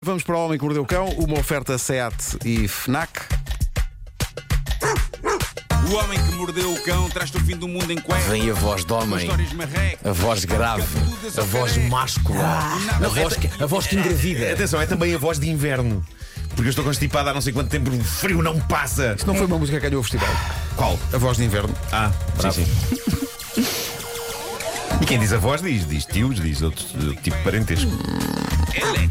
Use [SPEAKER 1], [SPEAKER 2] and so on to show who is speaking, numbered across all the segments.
[SPEAKER 1] Vamos para o Homem que Mordeu o Cão, uma oferta SEAT e FNAC.
[SPEAKER 2] O homem que mordeu o cão traz-te o fim do mundo em cuecas.
[SPEAKER 3] Vem a voz do
[SPEAKER 2] Com
[SPEAKER 3] homem,
[SPEAKER 2] histórias marrecas.
[SPEAKER 3] a voz grave, a voz máscula, a voz que, a voz que engravida.
[SPEAKER 4] Atenção, é também a voz de inverno. Porque eu estou constipado há não sei quanto tempo, o frio não passa.
[SPEAKER 1] Não foi uma música que ganhou o festival.
[SPEAKER 4] Qual?
[SPEAKER 1] A voz de inverno.
[SPEAKER 4] Ah, sim, sim. E quem diz a voz diz, diz tios, diz outro, outro tipo de parentesco.
[SPEAKER 2] Ele.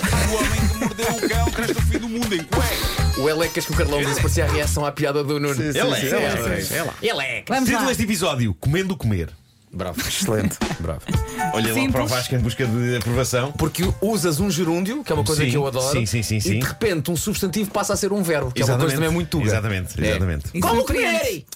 [SPEAKER 2] O homem que mordeu o cão traz-te o fim do mundo em cuecas.
[SPEAKER 3] O Elecas que o Carlão disse parecia a reação à piada do Nuno. Sim,
[SPEAKER 4] Ele é, ele é,
[SPEAKER 3] é lá. Elecas.
[SPEAKER 5] Vamos
[SPEAKER 4] Título
[SPEAKER 5] lá.
[SPEAKER 4] deste episódio: Comendo comer.
[SPEAKER 3] Bravo,
[SPEAKER 1] Excelente.
[SPEAKER 3] bravo.
[SPEAKER 4] Olha lá
[SPEAKER 5] Simples.
[SPEAKER 4] para o Vasco em busca de aprovação.
[SPEAKER 3] Porque usas um gerúndio, que é uma coisa
[SPEAKER 4] Sim,
[SPEAKER 3] que eu adoro.
[SPEAKER 4] sim, sim, sim,
[SPEAKER 3] E
[SPEAKER 4] sim.
[SPEAKER 3] de repente um substantivo passa a ser um verbo, que é uma coisa também muito tuga.
[SPEAKER 4] Exatamente,
[SPEAKER 3] É.
[SPEAKER 4] exatamente.
[SPEAKER 5] Isso
[SPEAKER 3] Como
[SPEAKER 5] me prende.
[SPEAKER 3] comerem?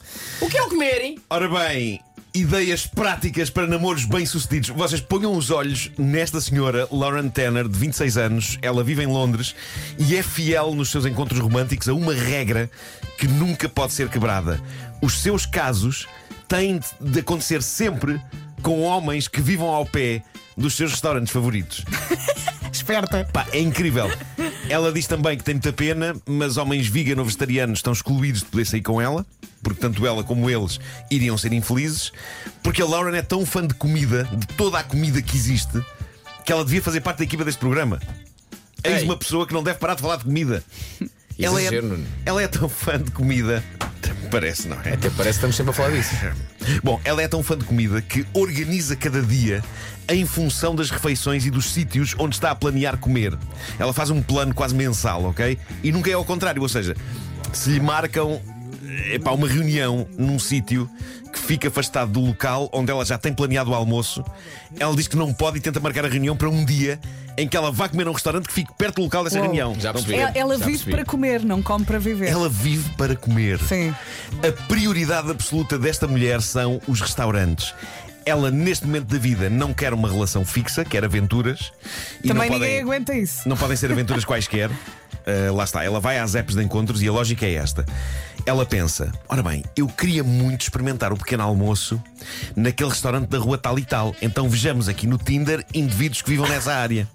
[SPEAKER 3] O que é o comerem?
[SPEAKER 4] Ora bem, ideias práticas para namoros bem-sucedidos. Vocês ponham os olhos nesta senhora, Lauren Tanner, de 26 anos. Ela vive em Londres e é fiel nos seus encontros românticos a uma regra que nunca pode ser quebrada. Os seus casos têm de acontecer sempre com homens que vivam ao pé dos seus restaurantes favoritos.
[SPEAKER 5] Esperta.
[SPEAKER 4] Pá, é incrível. Ela diz também que tem muita pena, mas homens vegan ou vegetarianos estão excluídos de poder sair com ela, porque tanto ela como eles iriam ser infelizes, porque a Lauren é tão fã de comida, de toda a comida que existe, que ela devia fazer parte da equipa deste programa. Eis
[SPEAKER 3] Ei.
[SPEAKER 4] uma pessoa que não deve parar de falar de comida. Ela é,
[SPEAKER 3] Exagero, Nuno.
[SPEAKER 4] ela é tão fã de comida. Parece, não é?
[SPEAKER 3] Até parece que estamos sempre a falar disso.
[SPEAKER 4] Bom, ela é tão fã de comida que organiza cada dia em função das refeições e dos sítios onde está a planear comer. Ela faz um plano quase mensal, ok? E nunca é ao contrário, ou seja, se lhe marcam epá, uma reunião num sítio que fica afastado do local onde ela já tem planeado o almoço, ela diz que não pode e tenta marcar a reunião para um dia em que ela vá comer a um restaurante que fique perto do local dessa
[SPEAKER 5] Uou.
[SPEAKER 4] reunião.
[SPEAKER 3] Já percebi.
[SPEAKER 5] Ela, ela
[SPEAKER 3] Já
[SPEAKER 5] vive
[SPEAKER 3] percebi.
[SPEAKER 5] para comer, não come para viver.
[SPEAKER 4] Ela vive para comer.
[SPEAKER 5] Sim.
[SPEAKER 4] A prioridade absoluta desta mulher são os restaurantes. Ela, neste momento da vida, não quer uma relação fixa, quer aventuras. E
[SPEAKER 5] Também
[SPEAKER 4] não
[SPEAKER 5] ninguém
[SPEAKER 4] podem,
[SPEAKER 5] aguenta isso.
[SPEAKER 4] Não podem ser aventuras quaisquer. Ah, lá está, ela vai às apps de encontros e a lógica é esta. Ela pensa: ora bem, eu queria muito experimentar o pequeno almoço naquele restaurante da rua tal e tal. Então vejamos aqui no Tinder indivíduos que vivam nessa área.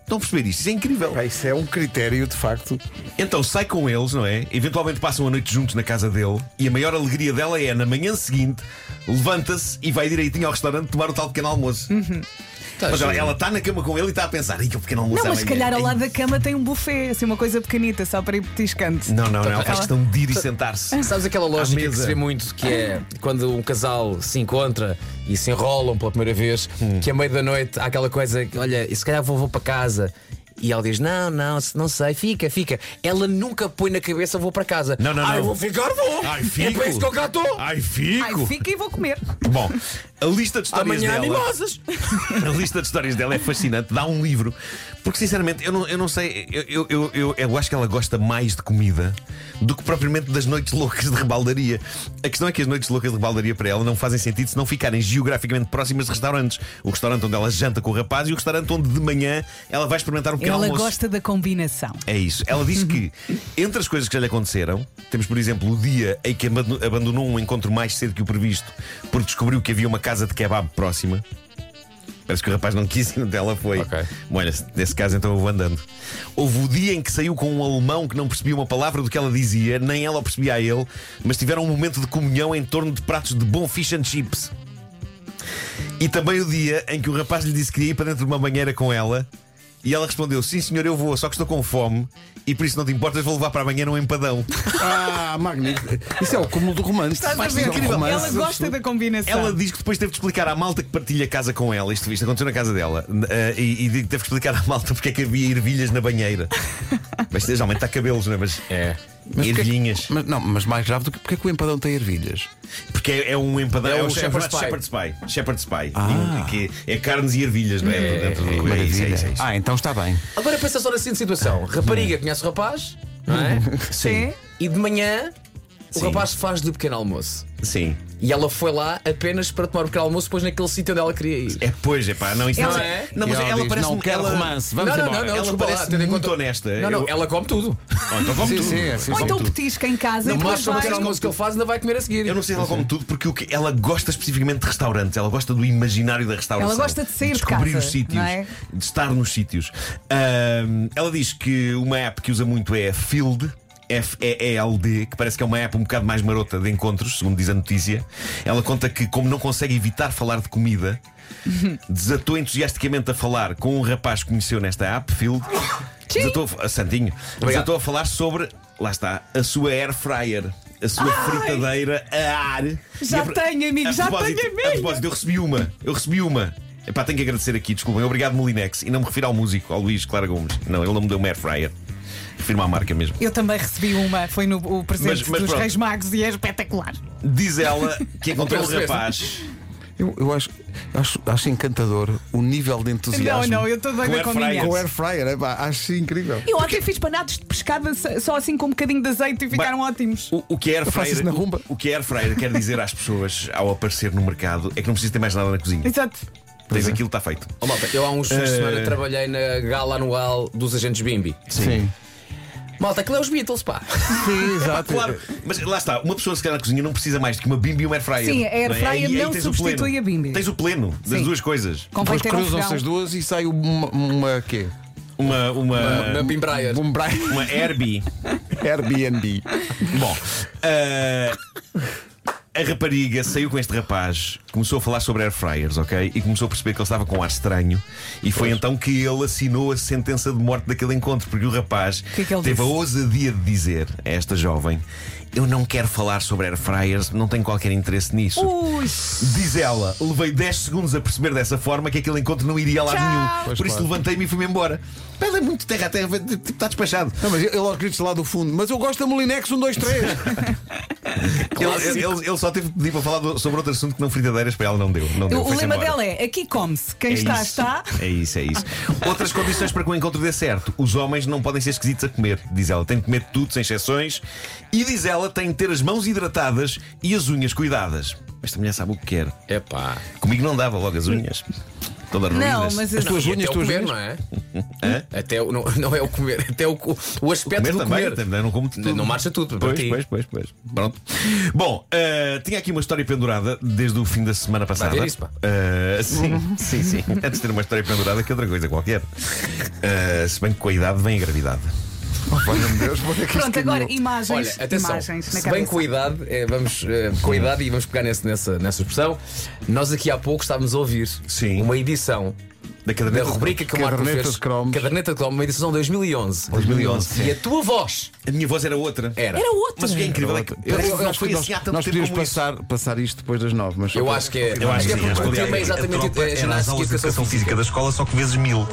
[SPEAKER 4] Estão a perceber isto? Isso é incrível.
[SPEAKER 1] Pá, isso é um critério, de facto.
[SPEAKER 4] Então sai com eles, não é? Eventualmente passam a noite juntos na casa dele e a maior alegria dela é na manhã seguinte levanta-se e vai direitinho ao restaurante tomar o tal pequeno almoço.
[SPEAKER 3] Tá
[SPEAKER 4] Mas ela-
[SPEAKER 3] giro.
[SPEAKER 4] ela está na cama com ele e está a pensar, e que o pequeno almoço
[SPEAKER 5] Não, mas
[SPEAKER 4] amanhã?"
[SPEAKER 5] se calhar ao
[SPEAKER 4] Ei,
[SPEAKER 5] lado da cama tem um buffet, assim, uma coisa pequenita, só para ir petiscando.
[SPEAKER 4] Não, não, não, ela
[SPEAKER 5] Ela-
[SPEAKER 4] faz questão de ir e sentar-se.
[SPEAKER 3] Sabes aquela lógica que
[SPEAKER 4] É. mesa.
[SPEAKER 3] se vê muito, que é quando um casal se encontra e se enrolam pela primeira vez,
[SPEAKER 4] Hum.
[SPEAKER 3] que a meio da noite há aquela coisa que, olha, e se calhar vou, vou para casa. E ela diz: Não, não, se- não sei, fica, fica. Ela nunca põe na cabeça: Vou para casa.
[SPEAKER 4] Não, não,
[SPEAKER 3] Ai,
[SPEAKER 4] não.
[SPEAKER 3] vou ficar, vou.
[SPEAKER 4] Ai,
[SPEAKER 3] É
[SPEAKER 4] fico.
[SPEAKER 3] para isso que eu cá estou.
[SPEAKER 4] Ai,
[SPEAKER 5] Ai,
[SPEAKER 4] fico!
[SPEAKER 5] fica e vou comer.
[SPEAKER 4] Bom, a lista de histórias
[SPEAKER 3] Amanhã, é
[SPEAKER 4] dela.
[SPEAKER 3] animosas.
[SPEAKER 4] A lista de histórias dela é fascinante, dá um livro. Porque, sinceramente, eu não, eu não sei, eu, eu, eu, eu, eu acho que ela gosta mais de comida do que propriamente das noites loucas de rebaldaria. A questão é que as noites loucas de rebaldaria para ela não fazem sentido se não ficarem geograficamente próximas de restaurantes. O restaurante onde ela janta com o rapaz e o restaurante onde de manhã ela vai experimentar um pequeno
[SPEAKER 5] Ela
[SPEAKER 4] almoço.
[SPEAKER 5] gosta da combinação.
[SPEAKER 4] É isso. Ela diz que, entre as coisas que já lhe aconteceram, temos, por exemplo, o dia em que abandon- abandonou um encontro mais cedo que o previsto porque descobriu que havia uma casa de kebab próxima. Parece que o rapaz não quis e onde ela foi.
[SPEAKER 3] Ok.
[SPEAKER 4] Bom, olha, nesse caso então eu vou andando. Houve o dia em que saiu com um alemão que não percebia uma palavra do que ela dizia, nem ela o percebia a ele, mas tiveram um momento de comunhão em torno de pratos de bom fish and chips. E também o dia em que o rapaz lhe disse que ia ir para dentro de uma banheira com ela e ela respondeu: Sim, senhor, eu vou, só que estou com fome e por isso não te importas, vou levar para a banheira um empadão.
[SPEAKER 1] Ah, magnífico. Isso é o cúmulo do romance.
[SPEAKER 5] Estás a
[SPEAKER 1] Mas
[SPEAKER 5] ver?
[SPEAKER 1] é um romance
[SPEAKER 5] Ela gosta
[SPEAKER 1] absoluto.
[SPEAKER 5] da combinação.
[SPEAKER 4] Ela diz que depois teve de explicar à malta que partilha a casa com ela. Isto, isto aconteceu na casa dela. Eh, e, e teve de explicar à malta porque é que havia ervilhas na banheira. Mas geralmente há cabelos, não é? Mas.
[SPEAKER 3] É.
[SPEAKER 1] Mas porque é que-
[SPEAKER 4] ervilhinhas.
[SPEAKER 1] mas, não, mas mais grave do que porque é que o empadão tem ervilhas?
[SPEAKER 4] Porque é, é um empadão.
[SPEAKER 3] É o
[SPEAKER 4] um
[SPEAKER 3] shepherd's pie.
[SPEAKER 4] chamado Shepherd's Pie. Shepherd's Pie.
[SPEAKER 1] Ah.
[SPEAKER 4] Que é carnes e ervilhas, não é? Dentro do- é isso, é isso, é isso.
[SPEAKER 1] Ah, então está bem.
[SPEAKER 3] Agora pensa
[SPEAKER 4] Hum.
[SPEAKER 3] só na seguinte situação: Rapariga conhece o rapaz, não é?
[SPEAKER 5] Sim.
[SPEAKER 3] E de manhã O
[SPEAKER 4] Sim.
[SPEAKER 3] rapaz faz do pequeno almoço.
[SPEAKER 4] Sim.
[SPEAKER 3] E ela foi lá apenas para tomar o pequeno almoço, depois naquele sítio onde ela queria ir.
[SPEAKER 4] É, pois, é pá, não, isso
[SPEAKER 3] Ela
[SPEAKER 4] não
[SPEAKER 3] é?
[SPEAKER 4] Não, mas
[SPEAKER 1] E
[SPEAKER 4] ela
[SPEAKER 1] diz,
[SPEAKER 4] parece um-
[SPEAKER 1] não quero
[SPEAKER 4] ela...
[SPEAKER 1] romance, vamos
[SPEAKER 3] não, não,
[SPEAKER 1] embora.
[SPEAKER 3] não, não,
[SPEAKER 4] Ela
[SPEAKER 3] desculpa lá,
[SPEAKER 4] parece
[SPEAKER 3] tendo em
[SPEAKER 4] muito
[SPEAKER 3] conta-
[SPEAKER 4] honesta.
[SPEAKER 3] Não, não,
[SPEAKER 4] É, Eu-
[SPEAKER 3] ela come tudo.
[SPEAKER 4] Oh, então come
[SPEAKER 1] Sim,
[SPEAKER 4] tudo.
[SPEAKER 1] sim, é, sim,
[SPEAKER 5] Ou
[SPEAKER 1] sim.
[SPEAKER 5] então petisca em casa e
[SPEAKER 3] Não
[SPEAKER 5] depois
[SPEAKER 3] mostra o
[SPEAKER 5] vai.
[SPEAKER 3] pequeno almoço que ele faz, ainda vai comer a seguir.
[SPEAKER 4] Eu não sei se ela come tudo porque o que ela gosta especificamente de restaurantes, ela gosta do imaginário da restauração.
[SPEAKER 5] Ela gosta de sair de
[SPEAKER 4] descobrir
[SPEAKER 5] casa,
[SPEAKER 4] os sítios,
[SPEAKER 5] não é?
[SPEAKER 4] de estar nos sítios. Ahm, ela diz que uma app que usa muito é a Field. F-E-E-L-D, que parece que é uma app um bocado mais marota de encontros, segundo diz a notícia. Ela conta que, como não consegue evitar falar de comida, desatou entusiasticamente a falar com um rapaz que conheceu nesta app, Field. Desatou a, Santinho. Desatou a falar sobre, lá está, a sua air fryer. A
[SPEAKER 5] Ah!
[SPEAKER 4] sua fritadeira a ar.
[SPEAKER 5] Já
[SPEAKER 4] E a pro-
[SPEAKER 5] tenho, amigo,
[SPEAKER 4] a
[SPEAKER 5] já
[SPEAKER 4] propósito-
[SPEAKER 5] tenho, amigo.
[SPEAKER 4] A propósito, eu recebi uma. Eu recebi uma. Epá, tenho que agradecer aqui, desculpem. Obrigado, Molinex. E não me refiro ao músico, ao Luís Clara Gomes. Não, ele não me deu uma air fryer. Refiro-me à marca mesmo.
[SPEAKER 5] Eu também recebi uma, foi no o presente
[SPEAKER 4] Mas- mas
[SPEAKER 5] dos
[SPEAKER 4] pronto.
[SPEAKER 5] Reis Magos e é espetacular.
[SPEAKER 4] Diz ela que encontrou um
[SPEAKER 3] Não percebeste?
[SPEAKER 4] rapaz
[SPEAKER 1] Eu, eu acho, acho, acho encantador o nível de
[SPEAKER 5] Não,
[SPEAKER 1] entusiasmo. É,
[SPEAKER 5] não, eu estou doida
[SPEAKER 4] air
[SPEAKER 5] com a
[SPEAKER 4] fryer.
[SPEAKER 5] minha.
[SPEAKER 1] Com o air fryer, é pá, acho incrível.
[SPEAKER 5] Eu ontem fiz panados de pescada só assim com um bocadinho de azeite e ficaram ótimos.
[SPEAKER 4] O, o que é air
[SPEAKER 1] Eu faço
[SPEAKER 4] fryer,
[SPEAKER 1] isso na rumba.
[SPEAKER 4] o que a air fryer quer dizer às pessoas ao aparecer no mercado é que não precisa ter mais nada na cozinha.
[SPEAKER 5] Exato.
[SPEAKER 4] Tens
[SPEAKER 1] é.
[SPEAKER 4] aquilo, está feito.
[SPEAKER 3] Oh, malta, eu há uns fins
[SPEAKER 4] Eh.
[SPEAKER 3] de semana trabalhei na gala anual dos agentes Bimbi.
[SPEAKER 1] Sim.
[SPEAKER 3] Malta, aquilo é os Beatles, pá.
[SPEAKER 1] Sim,
[SPEAKER 4] Ah,
[SPEAKER 1] exato.
[SPEAKER 4] claro, mas lá está, uma pessoa se calhar na cozinha não precisa mais do que uma bimbi e uma air fryer.
[SPEAKER 5] Sim, a air
[SPEAKER 4] Não é?
[SPEAKER 5] fryer
[SPEAKER 4] Aí- aí
[SPEAKER 5] não
[SPEAKER 4] tens o
[SPEAKER 5] substitui
[SPEAKER 4] pleno.
[SPEAKER 5] a bimbi.
[SPEAKER 4] Tens o pleno das
[SPEAKER 5] Sim.
[SPEAKER 4] duas coisas.
[SPEAKER 5] Convém
[SPEAKER 1] Depois
[SPEAKER 5] ter um
[SPEAKER 1] cruzam-se
[SPEAKER 5] fogão.
[SPEAKER 1] as duas e sai uma, uma quê?
[SPEAKER 4] Uma,
[SPEAKER 3] Na
[SPEAKER 4] uma,
[SPEAKER 3] Bimbraia.
[SPEAKER 1] Um Brian
[SPEAKER 4] uma Airbnb.
[SPEAKER 1] Airbnb.
[SPEAKER 4] Bom, ah, a rapariga saiu com este rapaz, começou a falar sobre air fryers, ok? E começou a perceber que ele estava com um ar estranho. E foi então que ele assinou a sentença de morte daquele encontro, porque o rapaz
[SPEAKER 5] que é que ele
[SPEAKER 4] teve a
[SPEAKER 5] disse?
[SPEAKER 4] ousadia de dizer a esta jovem: Eu não quero falar sobre air fryers, não tenho qualquer interesse nisso.
[SPEAKER 5] Ui,
[SPEAKER 4] Diz ela, levei 10 segundos a perceber dessa forma que aquele encontro não iria a lado
[SPEAKER 5] Tchau.
[SPEAKER 4] nenhum.
[SPEAKER 1] Pois
[SPEAKER 4] Por isso
[SPEAKER 1] claro.
[SPEAKER 4] levantei-me e fui-me embora. Pá, Ela é muito terra a terra, tipo, está despachado.
[SPEAKER 1] Não, mas ele aos gritos lá do fundo. Mas eu gosto da Molinex 1, 2, 3.
[SPEAKER 4] Ele, ele- ele só teve de pedir para falar do- sobre outro assunto que não fritadeiras para ela não deu. Não deu
[SPEAKER 5] o
[SPEAKER 4] foi-se
[SPEAKER 5] lema
[SPEAKER 4] embora.
[SPEAKER 5] dela é: aqui come-se, quem
[SPEAKER 4] É
[SPEAKER 5] está,
[SPEAKER 4] isso,
[SPEAKER 5] está.
[SPEAKER 4] É isso, é isso. Outras condições para que o encontro dê certo. Os homens não podem ser esquisitos a comer, diz ela. Tem de comer tudo, sem exceções. E diz ela, tem de ter as mãos hidratadas e as unhas cuidadas. Esta mulher sabe o que quer.
[SPEAKER 3] É pá.
[SPEAKER 4] Comigo não dava logo as unhas. Todas
[SPEAKER 5] Não,
[SPEAKER 4] ruídas.
[SPEAKER 5] mas
[SPEAKER 1] As tuas
[SPEAKER 3] E até
[SPEAKER 1] unhas,
[SPEAKER 3] o
[SPEAKER 1] tuas
[SPEAKER 3] comer,
[SPEAKER 1] unhas.
[SPEAKER 3] não é? Até o, não, não é o comer, até o, co- o aspecto
[SPEAKER 4] Comer
[SPEAKER 3] do
[SPEAKER 4] também,
[SPEAKER 3] É comer.
[SPEAKER 4] também não como tudo.
[SPEAKER 3] Não marcha tudo para
[SPEAKER 4] Pois,
[SPEAKER 3] ti.
[SPEAKER 4] pois, pois, pois. Pronto. Bom, eh, tinha aqui uma história pendurada desde o fim da semana passada.
[SPEAKER 3] ver isso, pá.
[SPEAKER 4] Eh, sim, sim, sim. Antes de ter uma história pendurada que outra coisa qualquer. Eh, se bem que com a idade vem a gravidade.
[SPEAKER 1] Meu Deus, onde é que isto
[SPEAKER 5] Pronto, agora
[SPEAKER 1] caminhou?
[SPEAKER 5] imagens,
[SPEAKER 3] Olha, atenção,
[SPEAKER 5] imagens na
[SPEAKER 3] se bem
[SPEAKER 5] cabeça.
[SPEAKER 3] com a idade, eh, vamos, eh, com a idade e vamos pegar nesse- nessa, nessa expressão, nós aqui há pouco estávamos a ouvir
[SPEAKER 4] Sim.
[SPEAKER 3] uma edição
[SPEAKER 4] Da
[SPEAKER 3] da
[SPEAKER 4] caderneta de
[SPEAKER 3] rubrica que o Marco
[SPEAKER 1] Caderneta
[SPEAKER 3] fez,
[SPEAKER 1] de Cromos.
[SPEAKER 3] Caderneta de Cromos, uma edição de 2011.
[SPEAKER 4] 2011,
[SPEAKER 3] E
[SPEAKER 4] sim.
[SPEAKER 3] a tua voz
[SPEAKER 4] A minha voz era outra.
[SPEAKER 3] era.
[SPEAKER 5] Era outra.
[SPEAKER 4] Mas o que é incrível é que
[SPEAKER 1] Eu-
[SPEAKER 4] parece
[SPEAKER 1] eu-
[SPEAKER 4] que
[SPEAKER 1] nós
[SPEAKER 4] não foi
[SPEAKER 1] podíamos-
[SPEAKER 4] assim há tanto
[SPEAKER 1] nós
[SPEAKER 4] tempo
[SPEAKER 1] podíamos
[SPEAKER 4] como isso.
[SPEAKER 1] passar, passar isto depois das 9, mas só
[SPEAKER 3] Eu
[SPEAKER 1] para-
[SPEAKER 3] acho que é.
[SPEAKER 4] Eu acho que
[SPEAKER 6] assim,
[SPEAKER 3] é
[SPEAKER 4] sim,
[SPEAKER 3] porque
[SPEAKER 4] acho que
[SPEAKER 3] o tema é
[SPEAKER 4] aliás, a
[SPEAKER 3] exatamente
[SPEAKER 4] tropa
[SPEAKER 3] é
[SPEAKER 4] era
[SPEAKER 3] ginástica
[SPEAKER 4] nas aulas de educação física da escola, só que vezes mil.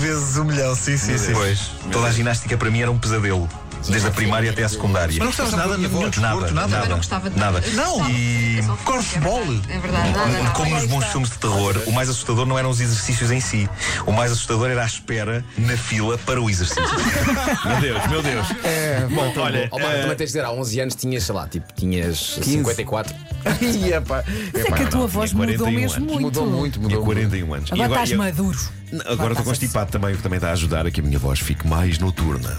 [SPEAKER 6] Vezes um milhão, sim, sim, sim.
[SPEAKER 4] Pois.
[SPEAKER 6] Toda a ginástica para mim era um pesadelo. Desde a primária até a secundária.
[SPEAKER 4] Mas não gostavas nada, nenhum desporto, nada?
[SPEAKER 6] Nada,
[SPEAKER 7] Também não gostava de
[SPEAKER 6] nada.
[SPEAKER 7] Não.
[SPEAKER 6] E
[SPEAKER 7] Corfball? É verdade, nada, nada.
[SPEAKER 6] como nos bons filmes de terror, o mais assustador não eram os exercícios em si. O mais assustador era a espera na fila para o exercício.
[SPEAKER 4] Meu Deus, meu Deus.
[SPEAKER 1] É,
[SPEAKER 4] Bom, olha.
[SPEAKER 3] Oh, Marco,
[SPEAKER 4] eh,
[SPEAKER 3] também tens de dizer, há 11 anos tinhas, sei lá, tipo, tinhas 54.
[SPEAKER 1] Ih, epá.
[SPEAKER 5] Mas é que a tua
[SPEAKER 4] não,
[SPEAKER 5] voz
[SPEAKER 4] tinha
[SPEAKER 5] mudou
[SPEAKER 4] 41
[SPEAKER 5] mesmo
[SPEAKER 4] anos.
[SPEAKER 5] muito.
[SPEAKER 1] Mudou muito,
[SPEAKER 6] É
[SPEAKER 4] Tinha
[SPEAKER 1] mudou.
[SPEAKER 4] 41 anos. E
[SPEAKER 5] Agora estás
[SPEAKER 4] eu-
[SPEAKER 5] maduro.
[SPEAKER 4] Agora estou constipado também, o que também está a ajudar a que a minha voz fique mais noturna.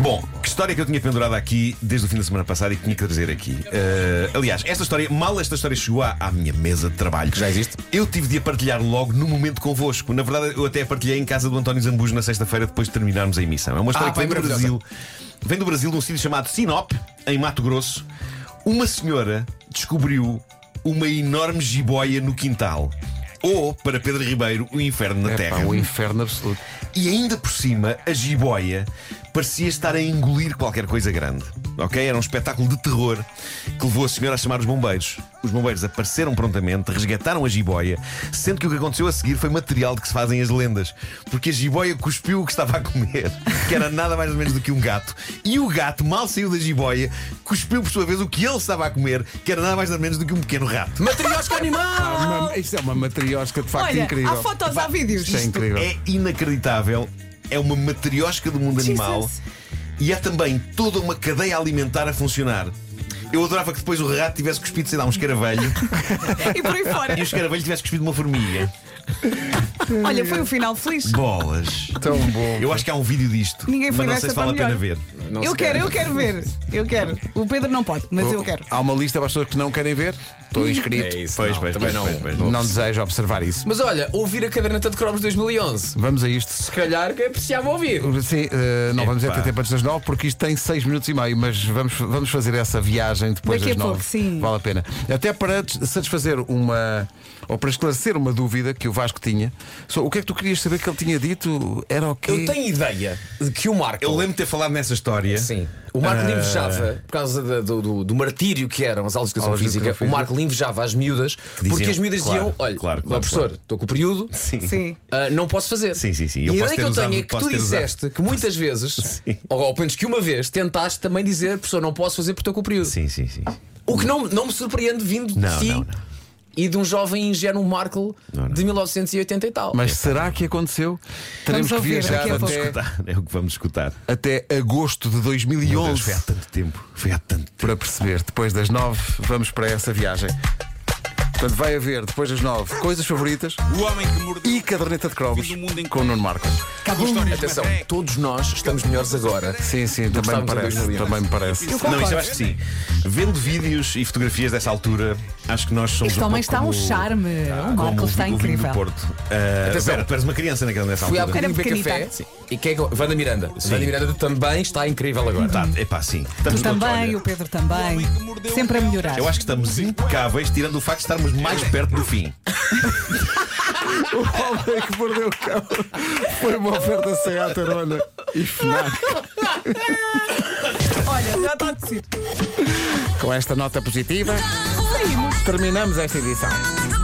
[SPEAKER 4] Bom, que história que eu tinha pendurada aqui desde o fim da semana passada e que tinha que trazer aqui. Eh, aliás, esta história, mal esta história chegou à, à minha mesa de trabalho, que já existe, eu tive de a partilhar logo no momento convosco. Na verdade, eu até a partilhei em casa do António Zambujo na sexta-feira, depois de terminarmos a emissão. É uma história
[SPEAKER 3] Ah,
[SPEAKER 4] que vem
[SPEAKER 3] pá,
[SPEAKER 4] do
[SPEAKER 3] maravilhosa.
[SPEAKER 4] Brasil. Vem do Brasil, de um sítio chamado Sinop, em Mato Grosso. Uma senhora descobriu uma enorme jiboia no quintal. Ou, para Pedro Ribeiro, o inferno na
[SPEAKER 1] Epá,
[SPEAKER 4] terra.
[SPEAKER 1] um inferno absoluto.
[SPEAKER 4] E ainda por cima, a jiboia parecia estar a engolir qualquer coisa grande. Ok? Era um espetáculo de terror que levou a senhora a chamar os bombeiros. Os bombeiros apareceram prontamente, resgataram a jiboia, sendo que o que aconteceu a seguir foi material de que se fazem as lendas. Porque a jiboia cuspiu o que estava a comer, que era nada mais ou menos do que um gato. E o gato, mal saiu da jiboia, cuspiu por sua vez o que ele estava a comer, que era nada mais ou menos do que um pequeno rato.
[SPEAKER 3] Matriosca animal!
[SPEAKER 1] Uma- isto é uma matriosca de facto
[SPEAKER 5] Olha,
[SPEAKER 1] incrível.
[SPEAKER 5] há fotos, há vídeos.
[SPEAKER 1] Isto é
[SPEAKER 5] disto.
[SPEAKER 1] incrível.
[SPEAKER 4] É inacreditável. É uma matriosca do mundo animal.
[SPEAKER 5] Jesus.
[SPEAKER 4] E há também toda uma cadeia alimentar a funcionar. Eu adorava que depois o rato tivesse cuspido, sei lá, um escaravelho
[SPEAKER 5] E por aí fora.
[SPEAKER 4] e o escaravelho tivesse cuspido uma formiga.
[SPEAKER 5] Olha, foi um final feliz.
[SPEAKER 4] Bolas.
[SPEAKER 1] Tão bom.
[SPEAKER 4] Eu acho que há um vídeo disto.
[SPEAKER 5] Ninguém
[SPEAKER 4] mas
[SPEAKER 5] foi
[SPEAKER 4] não
[SPEAKER 5] dessa
[SPEAKER 4] sei se
[SPEAKER 5] para
[SPEAKER 4] vale a pena
[SPEAKER 5] melhor.
[SPEAKER 4] ver.
[SPEAKER 5] eu quero, eu quero ver. Eu quero. O Pedro não pode, mas eu quero.
[SPEAKER 1] Há uma lista para as pessoas que não querem ver. Estou inscrito.
[SPEAKER 3] isso,
[SPEAKER 4] Pois,
[SPEAKER 3] não,
[SPEAKER 4] pois,
[SPEAKER 3] também
[SPEAKER 4] pois,
[SPEAKER 3] não.
[SPEAKER 4] pois, pois.
[SPEAKER 1] Não desejo observar isso.
[SPEAKER 3] Mas olha, ouvir a caderneta de cromos 2011.
[SPEAKER 1] Vamos a isto.
[SPEAKER 3] Se calhar que apreciava ouvir.
[SPEAKER 1] Sim, eh, não vamos ter
[SPEAKER 4] Epá.
[SPEAKER 1] tempo antes das nove porque isto tem seis minutos e meio, mas vamos, vamos fazer essa viagem depois
[SPEAKER 5] Daqui
[SPEAKER 1] das
[SPEAKER 5] a
[SPEAKER 1] nove.
[SPEAKER 5] pouco, sim.
[SPEAKER 1] Vale a pena. Até para des- satisfazer uma. ou para esclarecer uma dúvida que o Vasco tinha. Só, o que é que tu querias saber que ele tinha dito? Era o quê?
[SPEAKER 3] Eu tenho ideia de que o Marco.
[SPEAKER 4] Eu lembro Ah. de ter falado nessa história.
[SPEAKER 3] Sim. O Marco lhe invejava, por causa da- do, do, do martírio que eram as aulas de educação
[SPEAKER 1] Aulas de
[SPEAKER 3] física,
[SPEAKER 1] educação
[SPEAKER 3] o Marco lhe invejava às miúdas,
[SPEAKER 4] diziam-
[SPEAKER 3] porque as miúdas
[SPEAKER 4] claro,
[SPEAKER 3] diziam: olha,
[SPEAKER 4] claro,
[SPEAKER 3] ó,
[SPEAKER 4] claro,
[SPEAKER 3] professor,
[SPEAKER 4] claro.
[SPEAKER 3] estou com o período,
[SPEAKER 4] Sim.
[SPEAKER 5] Sim.
[SPEAKER 3] ah, não posso fazer.
[SPEAKER 4] Sim, sim, sim.
[SPEAKER 3] E
[SPEAKER 4] Eu
[SPEAKER 3] a
[SPEAKER 4] posso
[SPEAKER 3] ideia que
[SPEAKER 4] ter
[SPEAKER 3] eu
[SPEAKER 4] usado-
[SPEAKER 3] tenho é que
[SPEAKER 4] posso
[SPEAKER 3] tu
[SPEAKER 4] ter usado.
[SPEAKER 3] disseste que muitas vezes, ou ao menos que uma vez, tentaste também dizer: professor, não posso fazer porque estou com o período.
[SPEAKER 4] Sim, sim, sim.
[SPEAKER 3] O que não, não me surpreende vindo de
[SPEAKER 4] Não,
[SPEAKER 3] ti
[SPEAKER 4] não, não.
[SPEAKER 3] e de um jovem ingênuo Marco
[SPEAKER 4] Não, não.
[SPEAKER 3] de 1980 e tal.
[SPEAKER 1] Mas será que aconteceu? Teremos que
[SPEAKER 5] ouvir
[SPEAKER 1] viajar
[SPEAKER 5] daqui a pouco.
[SPEAKER 1] até,
[SPEAKER 4] Escutar, É o que vamos escutar.
[SPEAKER 1] até agosto de
[SPEAKER 4] Meu Deus,
[SPEAKER 1] 2011
[SPEAKER 4] Foi há tanto tempo. Foi há tanto tempo.
[SPEAKER 1] para perceber. Depois das nove, vamos para essa viagem. Portanto, vai haver depois das nove coisas favoritas
[SPEAKER 2] O homem que mordeu
[SPEAKER 1] e caderneta de cromos
[SPEAKER 2] Fim do mundo em
[SPEAKER 1] com o Nuno Marcos.
[SPEAKER 2] Acabou histórias de
[SPEAKER 3] Atenção,
[SPEAKER 2] Marreco.
[SPEAKER 3] todos nós estamos melhores agora.
[SPEAKER 1] Sim, sim,
[SPEAKER 3] Do que
[SPEAKER 1] também me
[SPEAKER 3] estávamos em
[SPEAKER 1] parece.
[SPEAKER 3] 2011.
[SPEAKER 1] Também me parece.
[SPEAKER 4] Não, isso eu acho que sim. Vendo vídeos e fotografias dessa altura, acho que nós somos.
[SPEAKER 5] Este
[SPEAKER 4] um
[SPEAKER 5] homem
[SPEAKER 4] pouco
[SPEAKER 5] está um
[SPEAKER 4] como-
[SPEAKER 5] charme. O
[SPEAKER 4] como
[SPEAKER 5] Marco
[SPEAKER 4] o
[SPEAKER 5] está
[SPEAKER 4] vinho- o vinho
[SPEAKER 5] incrível.
[SPEAKER 4] do Porto. Ah,
[SPEAKER 3] Atenção.
[SPEAKER 4] espera, tu eras uma criança naquela nessa
[SPEAKER 3] Fui há
[SPEAKER 4] altura.
[SPEAKER 5] Era
[SPEAKER 3] bocadinho beber
[SPEAKER 5] pequenita.
[SPEAKER 3] café e quem é que. Vanda Miranda. Vanda Miranda também está incrível agora.
[SPEAKER 4] Tá, epá, sim.
[SPEAKER 5] Tu
[SPEAKER 4] Estamos todos,
[SPEAKER 5] também,
[SPEAKER 4] olha,
[SPEAKER 5] o Pedro também. Sempre a melhorar.
[SPEAKER 4] Eu acho que estamos impecáveis, tirando o facto de estarmos mais perto do fim.
[SPEAKER 1] O homem que perdeu o cão foi uma oferta sem atarona e FNAC.
[SPEAKER 5] Olha, já está a decidir.
[SPEAKER 1] Com esta nota positiva, terminamos esta edição.
[SPEAKER 8] Comercial.